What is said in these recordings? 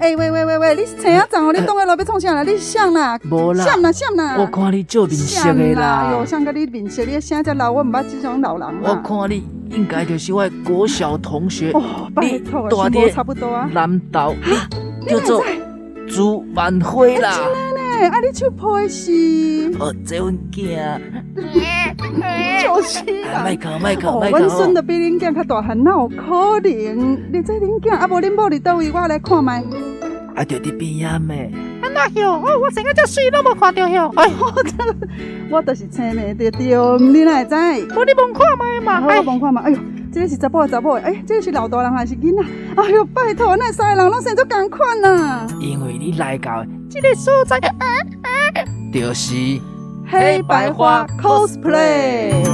哎诶，你是青啊长哦，你当下来要创啥啦？你是谁啦？无啦谁啦？谁啦？我看你做面色的谁啦，啦啊有，像个你面色，你声遮老，我毋捌即种老人我啦。看你应该就是我的国小同学，哦，拜托啊，你大是爹无差不多啊。南岛你叫做你哪会朱万辉啦。嘿，啊，你手批是哦，这份囝，哎就是啦。麦克麦克哦，麦阮克孙都比恁囝较大汉，哪有可能？你这恁囝，啊无恁某伫倒位，我来看卖。啊，就伫边仔咩？那哟，哦，我整个遮水拢无看到哟。哎，我就是青梅着着，你哪会知？无你望看卖啊，嘛。我哎，望看嘛，哎哟，这个是查甫的查某的，哎，这个是老大人还是囡仔？哎哟，拜托，那三个人拢生做共款啊！哦因为你来到的这个所在，就是黑白花 cosplay。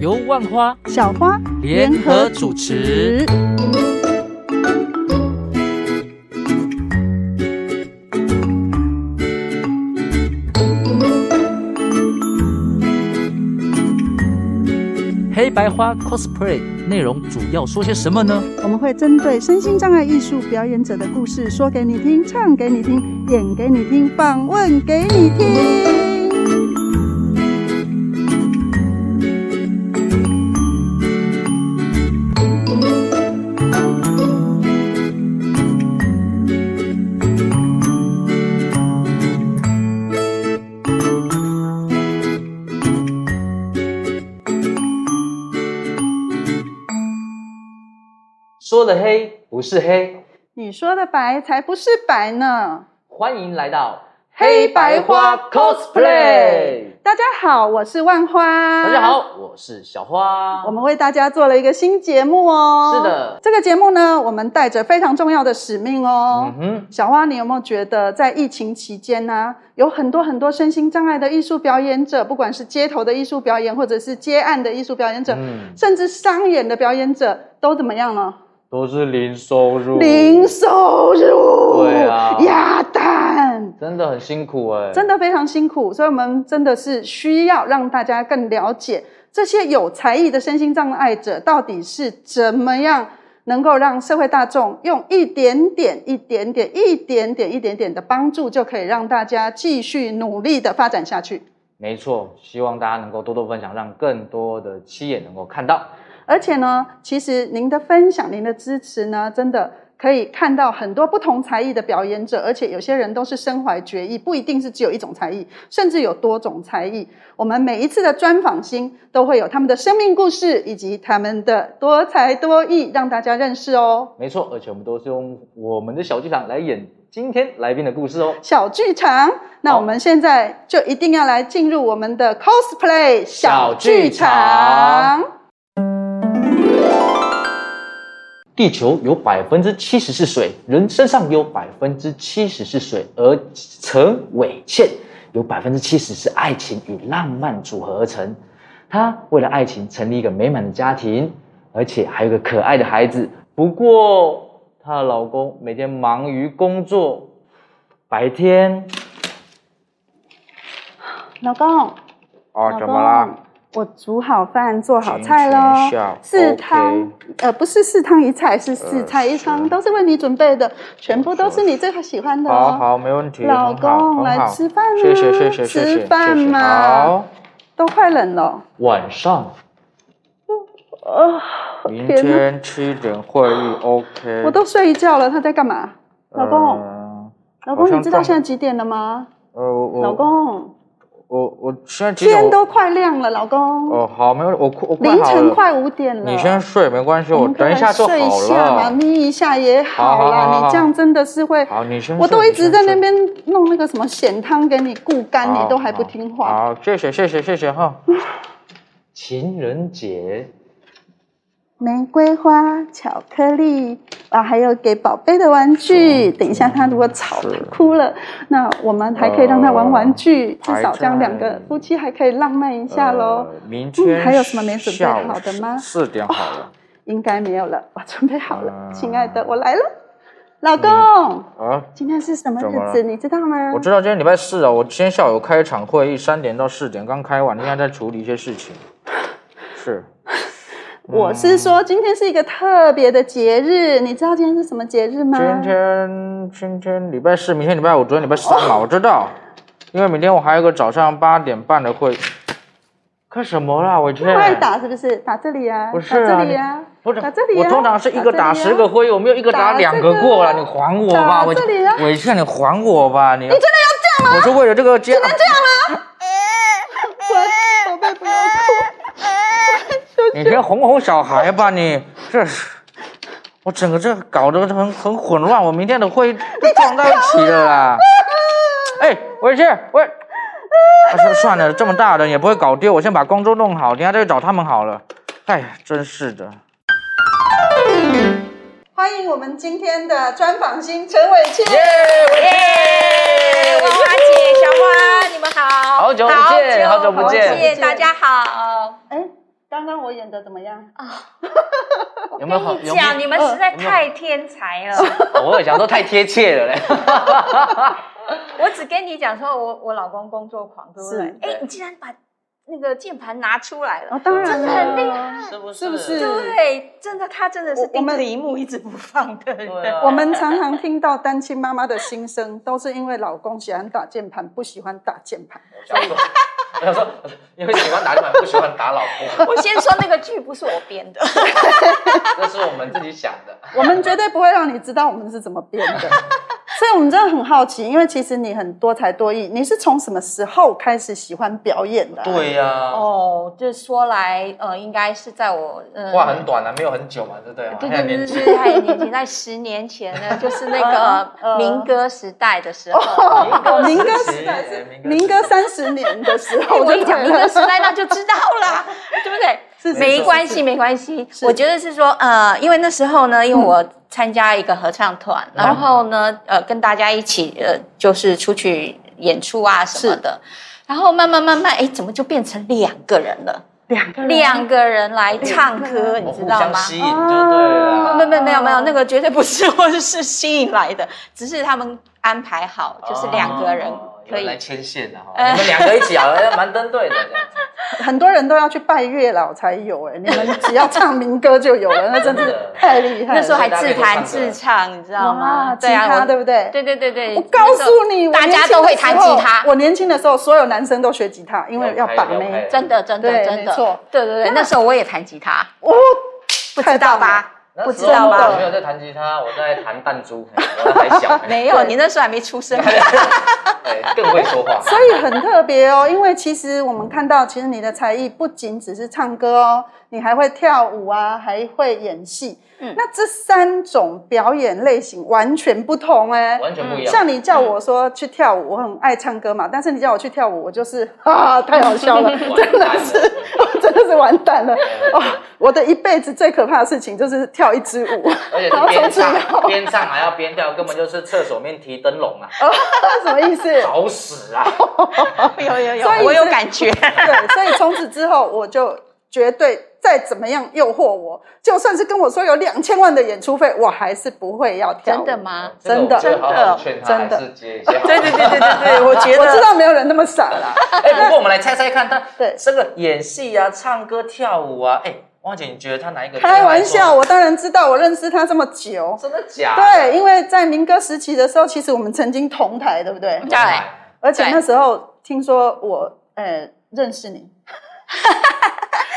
由万花小花联合主持。黑白花 cosplay 内容主要说些什么呢？我们会针对身心障碍艺术表演者的故事说给你听，唱给你听，演给你听，访问给你听。说的黑不是黑，你说的白才不是白呢！欢迎来到黑白花 cosplay 大家好，我是万花。大家。好，我是小花。我们为大家做了一个新节目哦。是的这个节目呢，我们带着非常重要的使命哦。嗯哼，小花，你有没有觉得在疫情期间呢、有很多很多身心障碍的艺术表演者，不管是街头的艺术表演，或者是接案的艺术表演者，嗯，甚至商演的表演者，都怎么样呢？都是零收入，零收入，哦对啊鸭蛋。真的很辛苦哎、真的非常辛苦，所以我们真的是需要让大家更了解这些有才艺的身心障碍者到底是怎么样能够让社会大众用一点点、一点点、一点点、一点点的帮助，就可以让大家继续努力的发展下去。没错。希望大家能够多多分享，让更多的企业能够看到。而且呢，其实您的分享、您的支持呢，真的可以看到很多不同才艺的表演者，而且有些人都是身怀绝艺，不一定是只有一种才艺，甚至有多种才艺。我们每一次的专访星都会有他们的生命故事以及他们的多才多艺，让大家认识哦。没错，而且我们都是用我们的小剧场来演今天来宾的故事哦。小剧场，那好我们现在就一定要来进入我们的 cosplay 小剧小场。地球有百分之七十是水，人身上有百分之七十是水，而陈伟倩有百分之七十是爱情与浪漫组合而成。她为了爱情成立一个美满的家庭，而且还有个可爱的孩子。不过，她的老公每天忙于工作，白天老公，啊老公，？我煮好饭，做好菜喽请请下，四 OK 汤，呃，不是四汤一菜，是四菜一嗯汤，是都是为你准备的，全部都是你最喜欢的哦。，没问题老公来吃饭啦，吃饭嘛，。都快冷了，晚上呃，明天哪天七点会议，OK。我都睡一觉了，他在干嘛？老公，呃，老公，像你知道撞现在几点了吗？呃，我我老，公，我我现在几点？天都快亮了，老公，哦，好，没有，我快我快凌好晨了。快五点了，你先睡没关系，我我们等一下就好睡一下嘛，了。眯一下也好好好啦。好你这样真的是会，好，你先睡。我都一你直先在睡那。边弄那个什么咸汤给你固肝，好你都还不听哦话。好，谢谢谢谢谢谢哈。情人节。玫瑰花、巧克力啊，还有给宝贝的玩具。等一下他如果吵是他哭了，那我们还可以让他玩玩具，呃至少这排战样两个夫妻还可以浪漫一下呃喽。明天还有什么没准备下午好的吗四点哦好了。应该没有了，我准备好了，呃亲爱的，我来了，老公。啊，今天是什么怎么日了子？你知道吗？我知道今天礼拜四啊，我今天下午有开一场会议，三点到四点刚开完，现在在处理一些事情。是，我是说今天是一个特别的节日，你知道今天是什么节日吗？今天今天礼拜四，明天礼拜五，昨天礼拜三哦嘛，我知道，因为明天我还有个早上八点半的会。干什么啦，伟倩？快打是不是？打这里啊，不是打啊这里啊，不是打这里、啊。我通常是一个打这里啊十个灰，我没有一个打两个过啦。打这你个还我吧，打伟这里啊伟倩，你还我吧，你。你真真的要这样吗？我是为了这个家。啊我宝贝不要哭，你先哄哄小孩吧，你这是，我整个这搞得很很混乱，我明天的会都撞到一起了啦。哎，回去，喂，啊、算算了，这么大人也不会搞丢，我先把工作弄好，等下再去找他们好了。哎呀，真是的，欢迎我们今天的专访星陈伟倩。耶！我花姐、小花，你们好，好久不见好久不见大家好。哎，刚刚我演的怎么样？有没有好跟？你讲，你们实在太天才了。有没有我也想说太贴切 了嘞。我只跟你讲说，我我老公工作狂，对不对是？哎，你竟然把那个键盘拿出来哦了，，当然了，很厉是不是？是不是？对，真的，他真的是我我盯们着荧幕一直不放的人。对啊我们常常听到单亲妈妈的心声，都是因为老公喜欢打键盘，不喜欢打键盘。想 说，我想说，因为喜欢打地板，不喜欢打老婆，我先说那个剧不是我编 的，这是我们自己想的。我们绝对不会让你知道我们是怎么编的。所以，我们真的很好奇，因为其实你很多才多艺，你是从什么时候开始喜欢表演的、，啊呀、哦，这说来，呃，应该是在我呃话很短啊，没有很久嘛，对不对？对还有对年对纪对，对，还有年轻，在十年前呢，就是那 嗯个民歌时代的时候。哦，民歌时期时代哎是民歌民歌三十年的时哎候，我一就讲民歌时代，那就知道了， 对不对？是没关。是系，是没关系。是嗯我觉得是说，呃，因为那时候呢，因为我参加一个合唱团，然后呢，呃，跟大家一起，呃，就是出去演出啊什么的。然后慢慢慢慢，哎，怎么就变成两个人了？两个人两个人来唱歌，你我知互道吗？哦相吸引就对了。啊没没没有没有，那个绝对不是我是吸引来的，只是他们安排好，就是两个人哦有可以。来牵线的哈，哎你们两个一起好像 蛮登对的这样子。很多人都要去拜月老才有哎，你们只要唱民歌就有了，那真真是的太厉害了。那时候还自弹自唱，你知道吗？哇吉对啊，他我对不对？对对对对，我告诉你，那时我候大家年轻都会的时弹候吉他我年轻的时候，所有男生都学吉他，因为要把了解妹了。解真的真对的真没错的，对对对，那时候我也弹吉他，哦，不知道吧？不知道那时候我吧没？有在弹吉他，我在弹弹珠，嘿我还小，嘿没有，你那时候还没出生。对更会说话。所以很特别哦，因为其实我们看到，其实你的才艺不仅只是唱歌哦，你还会跳舞啊，还会演戏。嗯那这三种表演类型完全不同哎、完全不一样。嗯像你叫我说去跳舞，我很爱唱歌嘛，但是你叫我去跳舞，我就是 啊，太好笑 了，真的是， 我真的是完蛋了。哦，我的一辈子最可怕的事情就是跳一支舞，而且然后从此以是边后唱，边唱还要边跳，根本就是厕所面提灯笼啊，哦 什么意思？找死啊！ 有有所以是我有感 觉。对，所以从此之后我就绝对再怎么样诱惑我，就算是跟我说有两千万的演出费，我还是不会要跳舞 真的？吗？真的这个我觉得好好劝他真的还是接一下。对 对对对对对， 我觉我知得道没有人那么傻啦。哎、不过我们来猜猜看，他对这个演戏啊、唱歌、跳舞啊，哎、汪姐，你觉得他哪一 个？开玩笑，，我当然知道，我认识他这么久。真的假的？对，因为在民歌时期的时候，其实我们曾经同台，对不对？对哎而且对那时候听说我呃认识你，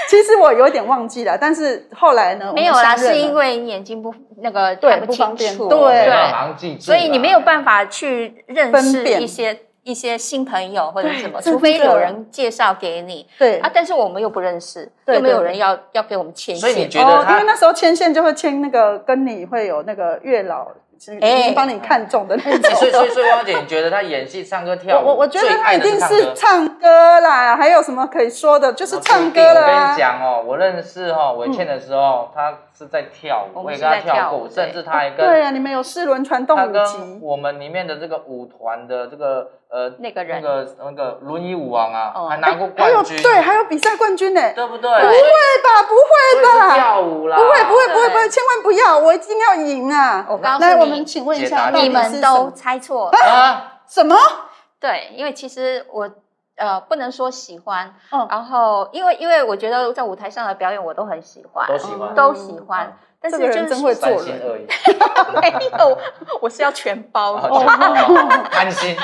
其实我有点忘记了，但是后来呢，我们没有啦，相认了是因为你眼睛不那个对看不清方便楚，对没办法马上记住啦，所以你没有办法去认分识辨一些一些新朋友或者是什么，对除非真的有人介绍给你对啊。但是我们又不认识，对又没有对人要要给我们牵所以你线。觉得哦，因他为那时候牵线就会牵那个跟你会有那个月老，就是哎已经帮你看中的那哎所以所以种。所以汪姐，你觉得他演戏、唱歌、跳我舞，我我觉得最他爱一的是定唱是歌哦唱歌啦，还有什么可以说的？就是唱歌嗯了我跟啊你。讲哦，我认识哦韦倩的时候，她是在跳舞，我我们也是跟她在跳过，舞甚至她还跟对啊，你们有四轮传动他舞跟集，我们里面的这个舞团的这个呃那个人那个那个轮椅舞王啊，哦还拿过还有冠军，哎对，还有比赛冠军呢。对不对？不所以会吧？不会所以是啊吧？跳舞啦，不会不会对不会不会，千万不要！我一定要赢啊！我告诉来，你我们请问一解下，答题到底你是们什么都猜错，啊！什么？对，因为其实我呃，不能说喜欢，嗯然后因为因为我觉得在舞台上的表演我都很喜欢，都喜欢都喜欢，但嗯是这个就人是真会做三人心二意，没 有，我是要全包的，哦贪心，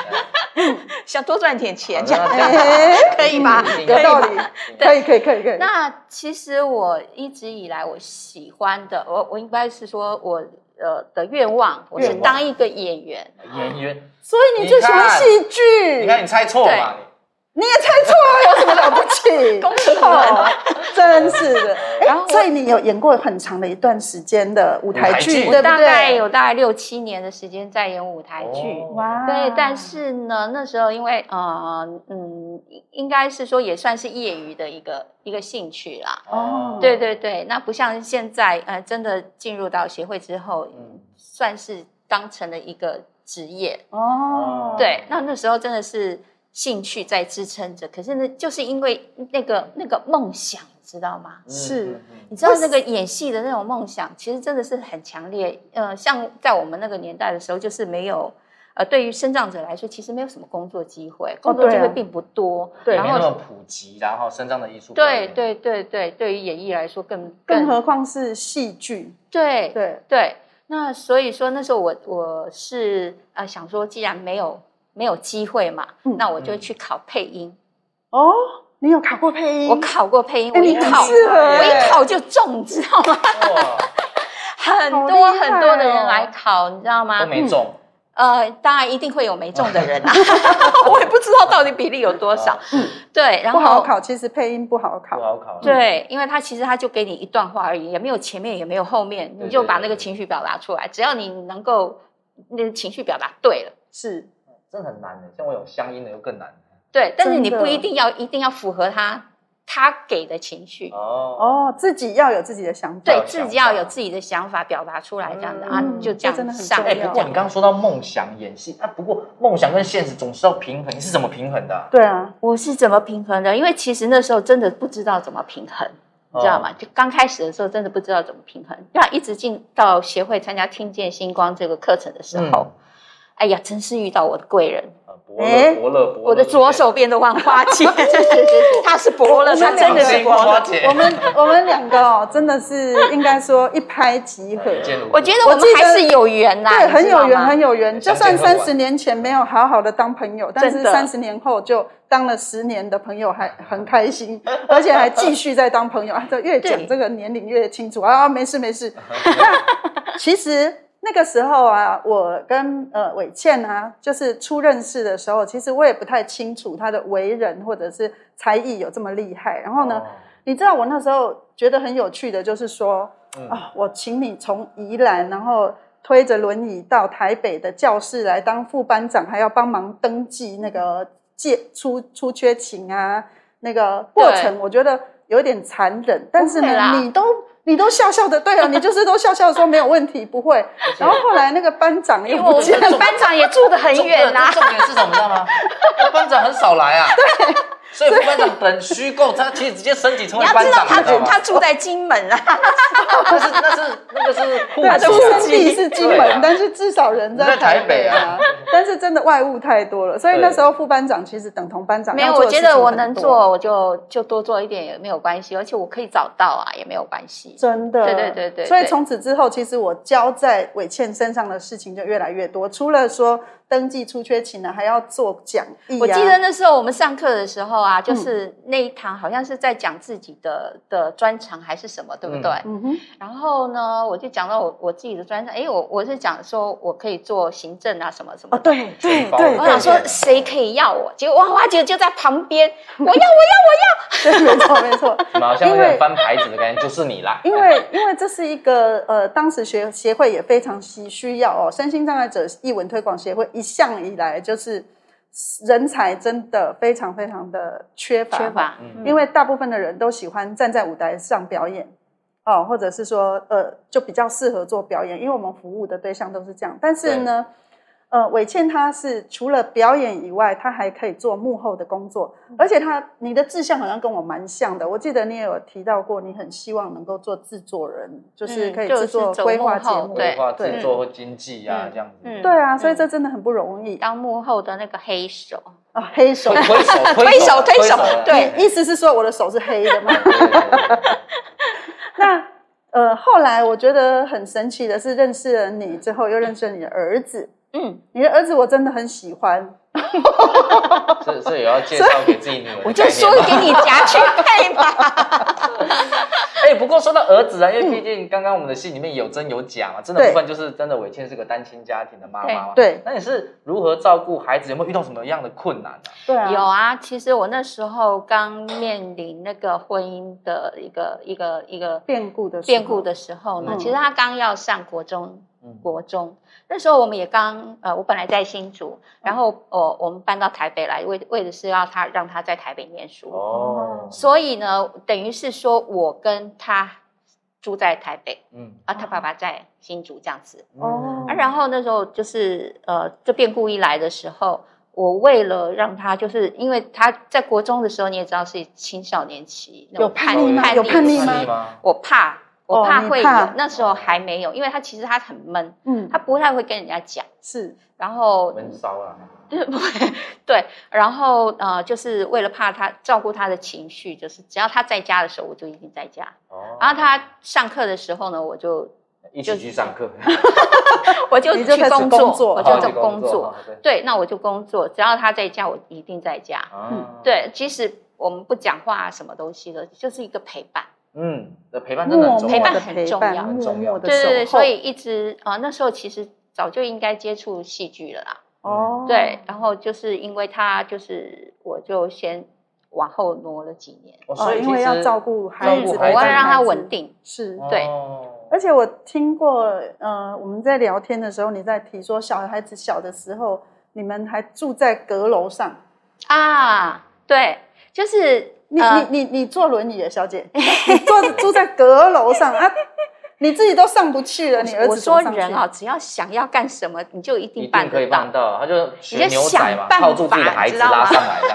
想多赚点钱，这样哎，可以吧？嗯有可以道吧理？，可以可以可以可以。那其实我一直以来我喜欢的，我我应该是说我呃的愿望，我是愿望当一个演员。演员，所以你就喜欢戏剧，你看你猜错了嘛，你也猜错了，有什么了不 起？恭喜你们哦，真是 的。然后哎，所以你有演过很长的一段时间的舞台剧，舞台剧对不对？大概有大概六七年的时间在演舞台剧。哦哇，对，但是呢，那时候因为呃嗯，应应该是说也算是业余的一个一个兴趣啦。嗯哦对对对，那不像现在呃，真的进入到协会之后，嗯算是当成了一个职业。嗯哦，对，那那时候真的是兴趣在支撑着，可是呢，就是因为那个那个梦想，你知道吗？嗯是嗯嗯你知道那个演戏的那种梦想，其实真的是很强烈。呃，像在我们那个年代的时候，就是没有。呃，对于生长者来说，其实没有什么工作机哦会，工作对机啊会并不多。对也没然那么后普及，然后身上的艺术表对演，对对对，对于演艺来说更更何况是戏剧，对对，对，那所以说那时候我我是呃想说，既然没有没有机会嘛，嗯那我就嗯去考配音。哦，你有考过配音？我考过配音，哎，我一你很考、适合我一哎，考就中，你知道吗？哇，很好多厉害很多的人哦来考，你知道吗都？没中，呃，当然一定会有没嗯 中的人啊，我也不知道到底比例有多少啊。对，然不后好考，其实配音不好 不考，好考，对，因为他其实他就给你一段话而已，也没有前面，也没有后面，对你就对把对那个对情绪表达出来。只要你能够那个情绪表达对了，是真的很难的，欸像我有乡音的又更难对，但是你真的不一定要一定要符合他他给的情绪，哦哦，自己要有自己的想法，对要有想自己法要有自己的想法表达出来，这样子、嗯啊，就这样这真的很上重要哎，就不这过样你刚刚说到梦想演戏，啊，不过梦想跟现实总是要平衡，你是怎么平衡的啊？对啊，我是怎么平衡的？因为其实那时候真的不知道怎么平衡，你知道哦吗？就刚开始的时候真的不知道怎么平衡。那一直进到协会参加听见星光这个课程的时候，哎呀，真是遇到我的贵人，嗯呃，伯哎乐，伯乐，伯乐，我的左手边的万花 姐，她是伯乐，我们她两真的是是伯乐。姐，我们我们两个哦，真的是应该说一拍即合。 一见如故我觉得我我们记还得是有缘呐，对，你很知道有缘，吗很有缘。就相算见恨三晚十年前没有好好的当朋友，但是真的三十年后就当了十年的朋友，还很开心， 而且还继续在当朋友。啊，这越讲对这个年龄越清楚啊，没事没 事。那其实那个时候啊，我跟呃伟倩啊，就是初认识的时候，其实我也不太清楚她的为人或者是才艺有这么厉害。然后呢，哦你知道我那时候觉得很有趣的，就是说。嗯啊、我请你从宜兰，然后推着轮椅到台北的教室来当副班长，还要帮忙登记那个借出出缺勤啊，那个过程，我觉得有点残忍。但是不会呢，啦你都你都笑笑的，对啊，你就是都笑笑地说没有问题，不会。然后后来那个班长又因为我不见们了，班长也 住得很远啊啦、重点是什么，你知道 吗？副班长很少来啊，对，所以副班长等虚构，他其实直接升级成你为要班知道长，他你知道吗？他住在金门啊， 那是那是那个是户对啊，出籍啊生地是金门，对啊但是至少人在台台北啊啊。 但是真的外务太多了，所以对那时候副班长其实等同班长。没有，要做我的觉事得情我很能多，做，我就就多做一点也没有关系，而且我可以找到啊，也没有关系。真的，对对对对所以对从此之后，其实我交在伟倩身上的事情就越来越多，除了说登记出缺勤呢，还要做讲义、啊。我记得那时候我们上课的时候啊，就是那一堂好像是在讲自己的的专长还是什么，对不对？嗯哼，然后呢，我就讲到我我自己的专长，哎，我我是讲说我可以做行政啊，什么什么哦，的。对对全包啊对，我想说对谁可以要我，结果花花姐就在旁边，我要对，没错没错，怎么好像有因为点翻牌子的感觉？就是你啦，因为因为这是一个呃，当时学协会也非常需需要哦，身心障碍者译文推广协会一向以来就是人才真的非常非常的缺乏，缺乏，嗯因为大部分的人都喜欢站在舞台上表演，哦，或者是说，呃，就比较适合做表演，因为我们服务的对象都是这样。但是呢，呃，伟倩她是除了表演以外，她还可以做幕后的工作，嗯而且她你的志向好像跟我蛮像的。我记得你也有提到过，你很希望能够做制作人，就是嗯可以就是制作走规幕划节后目，对规划对制作或经济啊嗯这样子，嗯对啊，所以嗯这真的很不容易。当幕后的那个黑手。啊，黑手推。推手，推手推手 对意思是说我的手是黑的吗？对对对对 那呃，后来我觉得很神奇的是，认识了你之后，又认识了你的儿子。嗯，你的儿子我真的很喜欢，这这也要介绍给自己女儿的概念吗。我就说给你夹去配嘛。哎、不过说到儿子啊，因为毕竟刚刚我们的戏里面有真有假嘛，真的对部分就是真的伟倩是个单亲家庭的妈妈嘛。对对那你是如何照顾孩子？有没有遇到什么样的困难呢、对啊，有啊，其实我那时候刚面临那个婚姻的一个一个一个变故的时候变故的时候呢，嗯其实他刚要上国中嗯，国中那时候我们也刚呃，我本来在新竹，然后我、我们搬到台北来，为为的是要他让他在台北念书，哦，所以呢，等于是说我跟他住在台北，嗯，啊，他爸爸在新竹这样子。哦啊，然后那时候就是呃，这变故一来的时候，我为了让他，就是因为他在国中的时候，你也知道是青少年期，那种有叛逆吗叛有叛逆期吗吗？我怕，哦我怕你会有，怕那时候还没有，因为他其实他很闷，嗯，他不太会跟人家讲，是然后闷骚啊，就是 不会对，然后呃，就是为了怕他照顾他的情绪，就是只要他在家的时候，我就一定在家，哦，然后他上课的时候呢，我就一起去上课，我就你去就开始工工作好我就你走就工作。，对，对，那我就工作，只要他在家，我一定在家。啊，对，即使我们不讲话啊，什么东西的，就是一个陪伴。嗯，那陪伴真的默很默重的要陪伴。陪很重伴，要默默的对对对，守候所以一直啊、呃那时候其实早就应该接触戏剧了啦。哦，对，然后就是因为他，就是我就先往后挪了几年，哦哦，所以因为要照顾顾孩子，嗯，照我顾陪孩要伴子让孩他子稳定。是哦对而且我听过，呃，我们在聊天的时候，你在提说小孩子小的时候，你们还住在阁楼上。啊，对，就是你、呃你你你坐轮椅耶，小姐， 你坐住在阁楼上啊，你自己都上不去了，你儿我子怎说么上去人啊，，只要想要干什么，你就一一定办定可得以办到。到，他就学你就牛仔嘛，想办法靠住自己的孩子拉上来 的，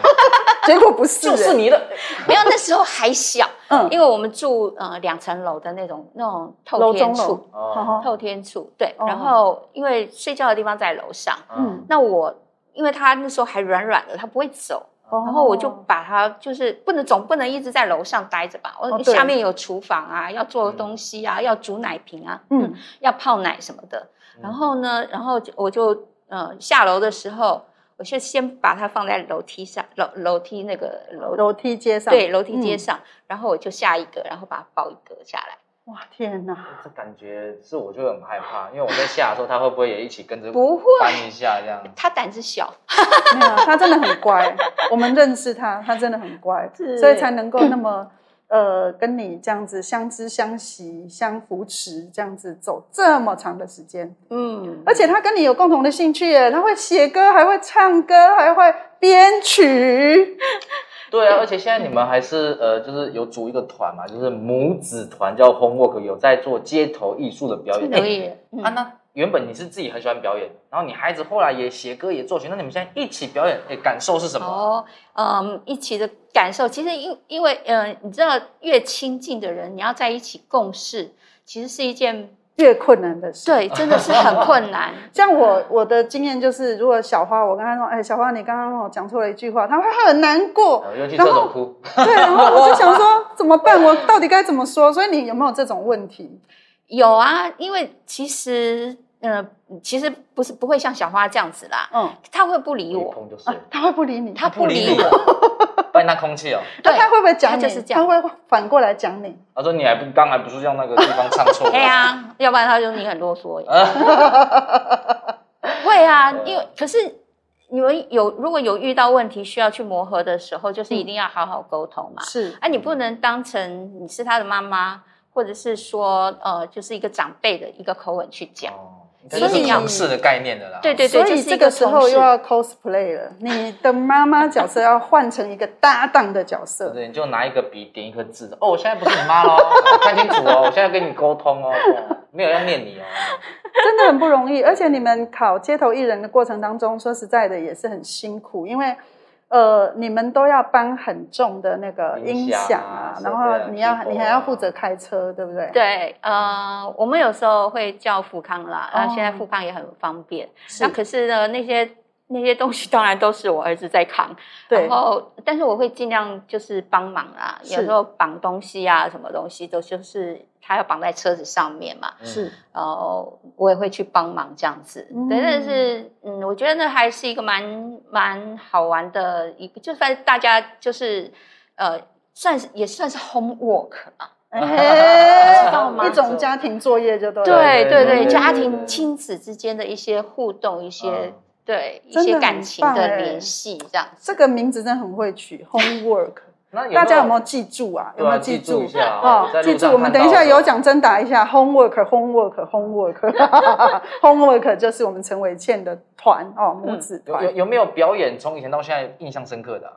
结果不是，就是，你的，没有，那时候还小，嗯，因为我们住呃两层楼的那种那种楼中透天楼处，哦透天处对。哦然后因为睡觉的地方在楼上，嗯那我因为他那时候还软软的，他不会走，然然后我就把他就是不能总不能一直在楼上待着吧，哦我对下面有厨房啊，要做东西啊，要煮奶瓶啊，嗯嗯，要泡奶什么的。然后呢，然后就我就呃下楼的时候，我就先把它放在楼梯上，楼楼梯那个楼楼梯街上，对楼梯阶嗯上，然后我就下一个，然后把它抱一个下来。哇天哪，这感觉是我就很害怕，因为我在下的时候，他会不会也一起跟着不会翻一下这样？他胆子小，没有，他真的很 乖，我们认识他，他真的很乖，是所以才能够那么。 呃，跟你这样子相知相惜、相扶持，这样子走这么长的时间，嗯，而且他跟你有共同的兴趣耶，他会写歌，还会唱歌，还会编曲。对啊，而且现在你们还是呃，就是有组一个团嘛，就是母子团叫 Homework，有在做街头艺术的表演。可哎以。嗯啊，那原本你是自己很喜欢表演，然后你孩子后来也写歌也作曲，那你们现在一起表演，哎，感受是什么？哦，嗯，一起的感受，其实因因为呃，你知道越亲近的人，你要在一起共事，其实是 一件越困难的事。。对，真的是很困难 像我我的经验就是，如果小花，我跟她说，哎，小花，你刚刚我讲错了一句话，她会很难过。呃尤其然这后种哭， 对，然后我就想说怎么办？我到底该怎么说？所以你有没有这种问题？有啊，因为其实呃，其实不是不会像小花这样子啦，嗯，他会不理一我，碰就是啊，她会不理你，他不理 我，我，不然那空气哦。那对，她会不会讲你？她就是这样她会反过来讲你。他说你还不刚才不是让那个地方唱错了？ 对啊，要不然他就你很啰嗦耶。啊，会啊，因为可是你们有如果有遇到问题需要去磨合的时候，就是一定要好好沟通嘛。是，啊，你不能当成你是他的妈妈，或者是说呃，就是一个长辈的一个口吻去讲。哦所这以就是同事的概念的啦。对对对，所就以是一这个个时同候事又要 cosplay 了，你的妈妈角色要换成一个搭档的角色。对，你就拿一个笔点一颗痣，哦，我现在不是你妈喽，哦看清楚哦， 我现在跟你沟通哦，这样没有要念你哦。真的很不容易，而且你们考街头艺人的过程当中，说实在的也是很辛苦，因为呃，你们都要搬很重的那个音音响啊响啊，设备然啊后你要、 keyboard 啊你还要负责开车，对不对？，对，呃，我们有时候会叫富康啦，那、哦现在富康也很方便。是那可是呢，那些那些东西当然都是我儿子在扛，对然，后，但是我会尽量就是帮忙啦，是有时候绑东西啊，什么东西都就是他要绑在车子上面嘛，嗯是然后我也会去帮忙这样子。嗯对，但是嗯，我觉得那还是一个蛮蛮好玩的一个，就算大家就是呃，算是也算是 homework 嘛。知道吗 哎，一种家庭作业就对了。啊对对对对啊对，对家对庭对亲子之间的一些互动，一些嗯对一真的些很感情棒的哎联系这样子。这个名字真的很会取，homework。那 有没有大家有没有记住啊？有对没啊有记记住住一下啊哦我在路上记住，我们等一下有奖征答一下，homework，homework，homework，homework 就是我们陈伟倩的团哦，母子有团有，有没有表演从以前到现在印象深刻的啊、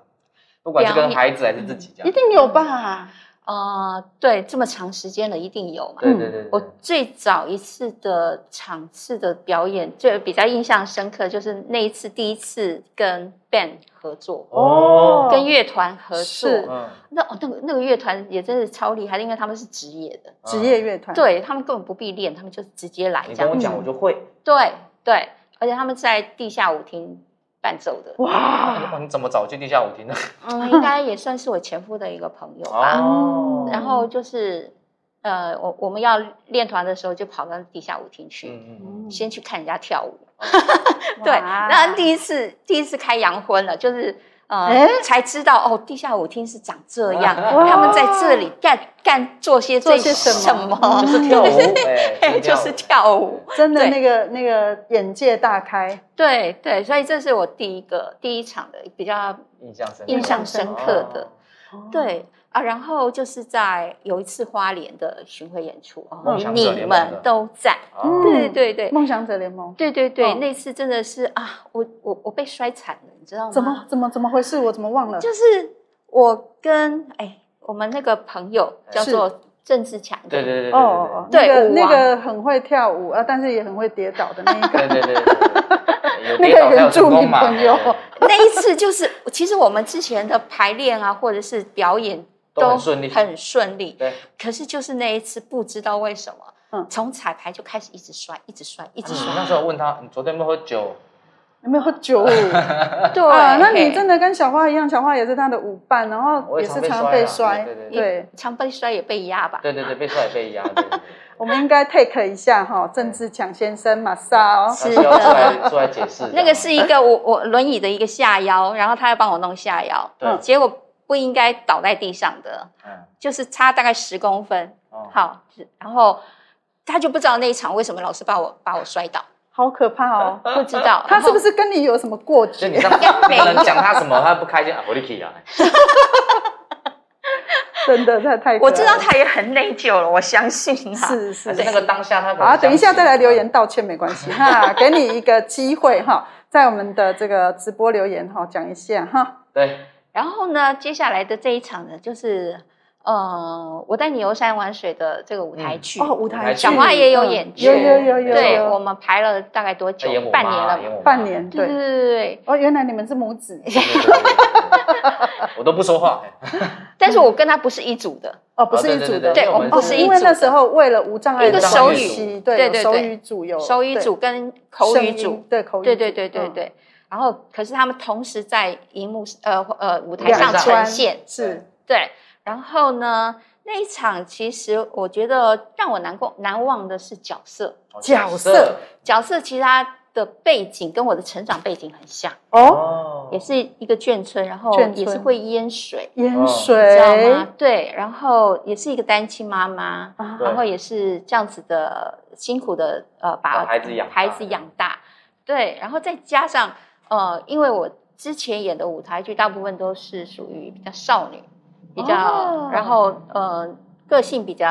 不管是表跟演孩子还是自己这一样。定有吧？嗯呃，对，这么长时间了，一定有嘛。对对对对，我最早一次的场次的表演，最比较印象深刻，就是那一次第一次跟 band 合作，哦跟乐团合是作。嗯，那哦，那个那个乐团也真是超厉害，因为他们是职业的，职业乐团，，对他们根本不必练，他们就直接来你这跟我样子。嗯讲，我就会。对对，而且他们在地下舞厅伴奏的，哇，你怎么早进地下舞厅的？嗯，应该也算是我前夫的一个朋友吧。哦然后就是，呃，我我们要练团的时候，就跑到地下舞厅去。嗯嗯嗯，先去看人家跳舞。嗯哇 对，然后第一次第一次开洋荤了，就是呃、诶才知道哦，地下舞厅是长这样，哇他们在这里干干做些做这些什么么就是跳舞，哎， 对，就是跳舞。真的对那个那个眼界大开，对对，所以这是我第一个第一场的比较印象深刻，印象深刻的。哦，对啊，然后就是在有一次花莲的巡回演出，梦哦想者你联盟的们都在。哦。对对对，梦想者联盟对对对，哦那次真的是啊，我我我被摔惨了，你知道吗？怎么？怎么怎么回事？我怎么忘了？嗯就是我跟哎，我们那个朋友叫做郑志强，哎对对对哦，对哦对那个对舞那王个很会跳舞啊，但是也很会跌倒的那一个，对对对对对，有那跌个倒才有原成住功民嘛朋友，那一次就是， 其实我们之前的排练啊，或者是表演都很顺利很顺利。对，可是就是那一次，不知道为什么，嗯从彩排就开始一直摔，一直摔，一直你摔。嗯那时候问他，你昨天有没有喝酒？有没有喝 酒？对，啊，那你真的的跟小花一样，小花也是她的舞伴，然后我也也常是被常摔被啊摔对对。对对，常被摔也被压吧？对对对，被甩被压，对对对我们应该 take 一下哈，郑志强先生马萨 哦。是他需要出的。来出来解释。那个是一个我我轮椅的一个下腰，然后他要帮我弄下腰，对结果不应该倒在地上的，嗯就是差大概十公分，哦好，然后他就不知道那一场为什么老是把我把我摔倒，好可怕哦！不知道 他是不是？是跟你有什么过就节你？上应该没你有可能讲他什么，他不开心啊，我力气啊，真的，他太可爱了我知道他也很内疚了，我相信他。是还是是那个当下他可能好，等一下想起再来留言道歉没关系 哈，给你一个机会哈，在我们的这个直播留言哈讲一下哈。对，然后呢，接下来的这一场呢，就是呃，我带你游山玩水的这个舞台剧。哦，舞台剧嗯小花也有演有有有有对，有我们排了大概多久他演？哎我妈半年了演嘛。我妈半年对对对。对对哦，原来你们是母子对对对对对 我都不说话，但是嗯我跟他不是一组的，哦，不是哦一对组对的对对我我们哦不不是，一因组为的。那时候为了无障碍一个的手关语系对对，有对手对语组有手语对组跟口声语音组，对口语对组对对对嗯对。然后，可是他们同时在荧幕呃呃舞台两上端呈现，嗯是对。然后呢，那一场其实我觉得让我难过难忘的是角色，角色角色其实他的背景跟我的成长背景很像，哦，哦也是一个眷村，然后眷村也是会淹水，盐你知道水吗？对，然后也是一个单亲妈妈，啊对然后也是这样子的辛苦的呃把把孩子养大孩子养大，对，然后再加上呃，因为我之前演的舞台剧大部分都是属于比较少女，比较、哦然后呃个性比较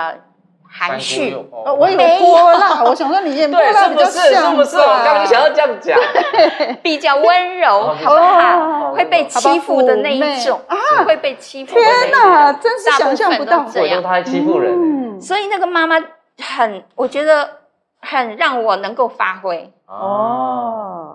含三姑蓄，六婆哦，我以为泼辣，我想说你 演泼对，辣是比不较是？是像不是？我刚刚想要这样 讲， 比较温柔，哦好不好？哦会被欺负的那一种啊会被欺负的那天一种。哪，真是想象不大到部分都这鬼样都他在欺负人，嗯所以那个妈妈很，我觉得很让我能够发挥。哦。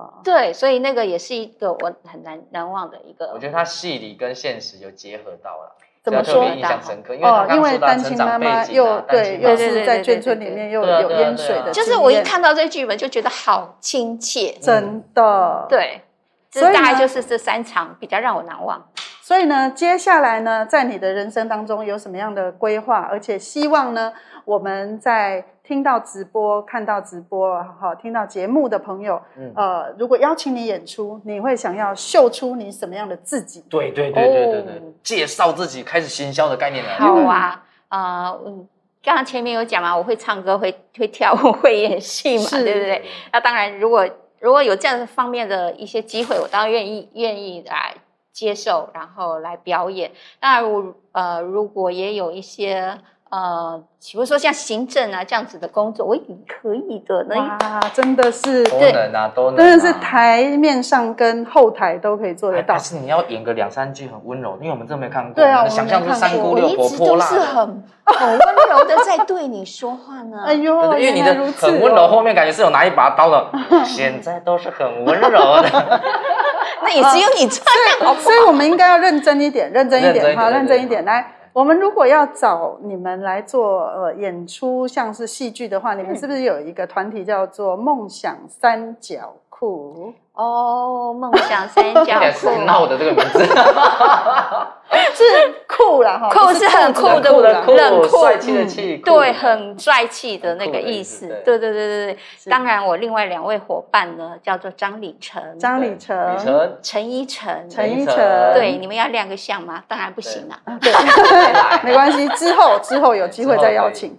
哦，对，所以那个也是一个我很难难忘的一个。我觉得他戏里跟现实有结合到了，怎么这样特说哦别？印象深刻，因为他刚刚因为说到单成亲长妈背妈景啊又单亲对，妈又妈对是对在对对眷村里对面又对啊有对啊淹对水啊的经验，就是我一看到这剧本就觉得好亲切。真的，对，这所以呢大概就是这三场比较让我难忘。所以呢，接下来呢，在你的人生当中有什么样的规划？而且希望呢，我们在听到直播、看到直播、好听到节目的朋友，嗯呃，如果邀请你演出，你会想要秀出你什么样的自己？对对对对对对哦，介绍自己开始行销的概念来了。好啊，呃，嗯，刚刚前面有讲嘛，我会唱歌，会会跳舞，会演戏嘛，是对不对？那当然，如果如果有这样方面的一些机会，我当然愿意愿意来接受，然后来表演。当然我，呃，如果也有一些呃，比如说像行政啊这样子的工作，我也可以的。那哇，真的是，都对能啊，都能、啊，真的是台面上跟后台都可以做得还到还。哎是你要演个两三句很温柔，因为我们真的没看过，对啊我我们们想象没出看过三姑我六一婆直泼都辣是的。很很温柔的在对你说话哎呢。呦，对，因为你原来的如此哦很温柔，后面感觉是有拿一把刀 的，现在都是很温柔的。 那也只有你这样，好不好所以我们应该要认真一点，认真一认真一点，点好，认真一对对点。对来，我们如果要找你们来做呃演出，像是戏剧的话，你嗯们是不是有一个团体叫做梦想三角裤？ 哦，梦想三 角也裤是，闹的这个名字，是酷啦，哈，酷不是很酷的冷酷的酷，冷酷帅气的气，酷对，很帅气的那个意思很酷的意思。对对对对对是对。当然，我另外两位伙伴呢，叫做张礼成、张对哦李成李，晨，陈依晨。陈依晨陈依晨对，你们要亮个相吗？当然不行啦。对，没关系，之后之后有机会再邀请。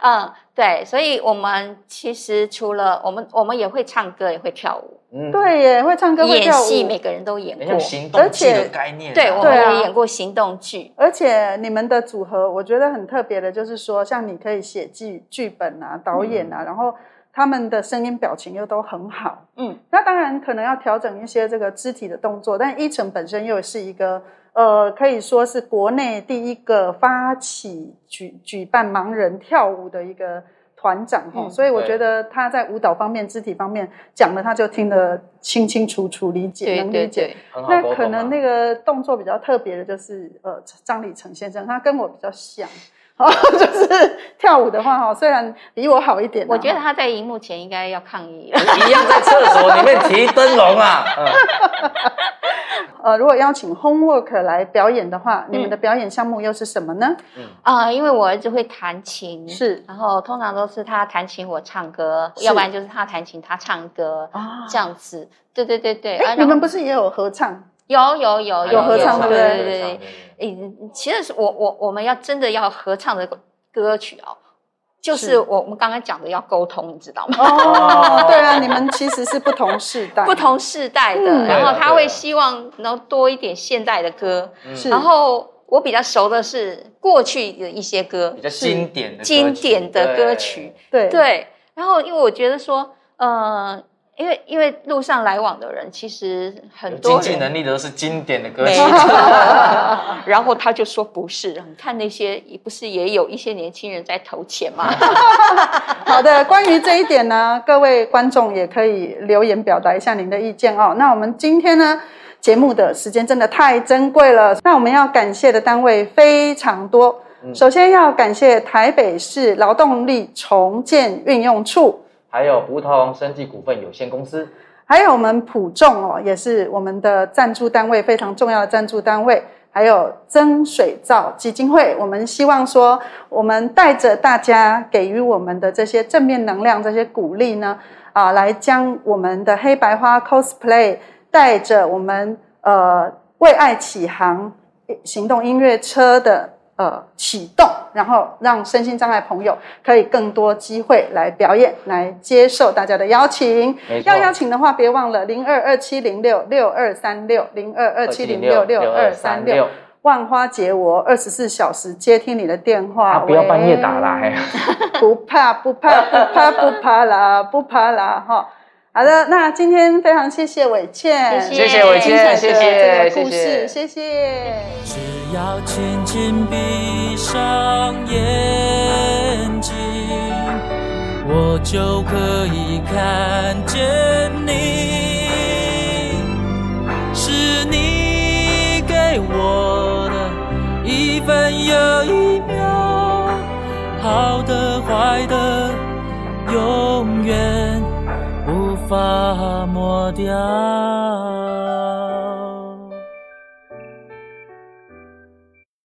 嗯，对，所以我们其实除了我们，我们也会唱歌，也会跳舞，嗯，对耶，会唱歌会演跳戏，舞，每个人都演很过像。行动剧的概念啊。对，我对啊们也演过行动剧。而且你们的组合，我觉得很特别的，就是说，像你可以写剧剧本啊、导演啊，然后他们的声音、表情又都很好。嗯，那当然可能要调整一些这个肢体的动作，但依晨本身又是一个呃，可以说是国内第一个发起举举办盲人跳舞的一个。团长哈，嗯所以我对觉得他在舞蹈方面、肢体方面讲的，他就听得清清楚楚，理解对能对理解。对，很好沟通那啊可能那个动作比较特别的就是呃张礼成先生，他跟我比较像， 哦，就是跳舞的话哈，虽然比我好一点啊，我觉得他在荧幕前应该要抗议了。 一样在厕所里面提灯笼啊，哦嗯呃，如果邀请 Homework 来表演的嗯话，你们的表演项目又是什么呢？啊、因为我儿子会弹琴，是然后通常都是他弹琴我唱歌，是要不然就是他弹琴他唱歌。啊这样子，对对对对，啊哎，然后哦你们不是也有合唱？有有有嗯有合唱对对不对对对对。诶，其实是我我我们要真的要合唱的歌曲哦，就是是我我们刚刚讲的要沟通，你知道吗？哦，对啊，你们其实是不同世代， 不同世代的，嗯然对后了他对会了希望能多一点现代的歌，嗯是然后我比较熟的是过去的一些歌比，较经典的歌曲经典的歌曲，对对， 然后因为我觉得说，呃，因为因为路上来往的人其实对有很多经济能人，力的都是经典的歌 没曲，错然后他就说不是，你看那些不是也有一些年轻人在投钱吗？好的，关于这一点呢，各位观众也可以留言表达一下您的意见哦。那我们今天呢，节目的时间真的太珍贵了，那我们要感谢的单位非常多。首先要感谢台北市劳动力重建运用处，还有梧桐生技股份有限公司，还有我们普众哦，也是我们的赞助单位，非常重要的赞助单位。还有增水造基金会，我们希望说，我们带着大家给予我们的这些正面能量、这些鼓励呢，啊，来将我们的黑白花 cosplay 带着我们呃为爱启航行动音乐车的呃启动，然后让身心障碍朋友可以更多机会来表演，来接受大家的邀请没。错要邀请的话，别忘了零二二七零六六二三六零二二七零六六二三六。万花节我二十四小时接听你的电话，啊，不要半夜打喂来， 不怕不怕不怕不怕啦，不怕啦哈。好的，那今天非常谢谢伟倩，谢谢谢伟精彩倩，的谢这谢，个谢故事，谢谢。谢。只要轻轻闭上眼睛，我就可以看见你。是你给我的一分又一秒，好的坏的，永远无法。发抹掉。